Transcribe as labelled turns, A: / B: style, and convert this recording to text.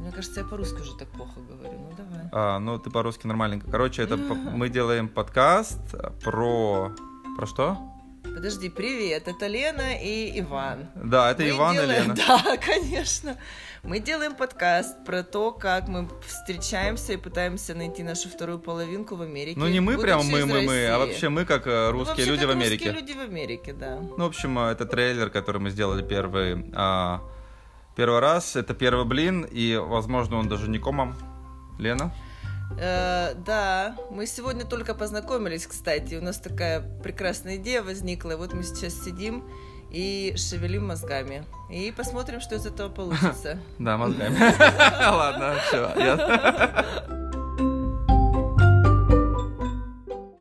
A: Мне кажется, я по-русски уже так плохо говорю. Ну давай.
B: А, ну, ты по-русски нормальненько. Короче, это по- мы делаем подкаст про... Про что?
A: Подожди, привет, это Лена и Иван.
B: Да, это
A: Мы
B: Иван и
A: делаем-
B: Лена.
A: Да, конечно. Мы делаем подкаст про то, как мы встречаемся и пытаемся найти нашу вторую половинку в Америке.
B: Ну, не мы
A: будучи
B: прям
A: из
B: мы-мы-мы, а
A: России.
B: вообще мы как э,
A: Ну,
B: русские
A: вообще,
B: люди
A: как
B: в Америке.
A: Русские люди в Америке, да.
B: Ну, в общем, э, это трейлер, который мы сделали первый, а, первый раз. Это первый блин, и, возможно, он даже не комом. Лена?
A: Э, да, мы сегодня только познакомились, кстати. У нас такая прекрасная идея возникла. и Вот мы сейчас сидим и шевелим мозгами. И посмотрим, что из этого получится.
B: Да, мозгами. Ладно, все.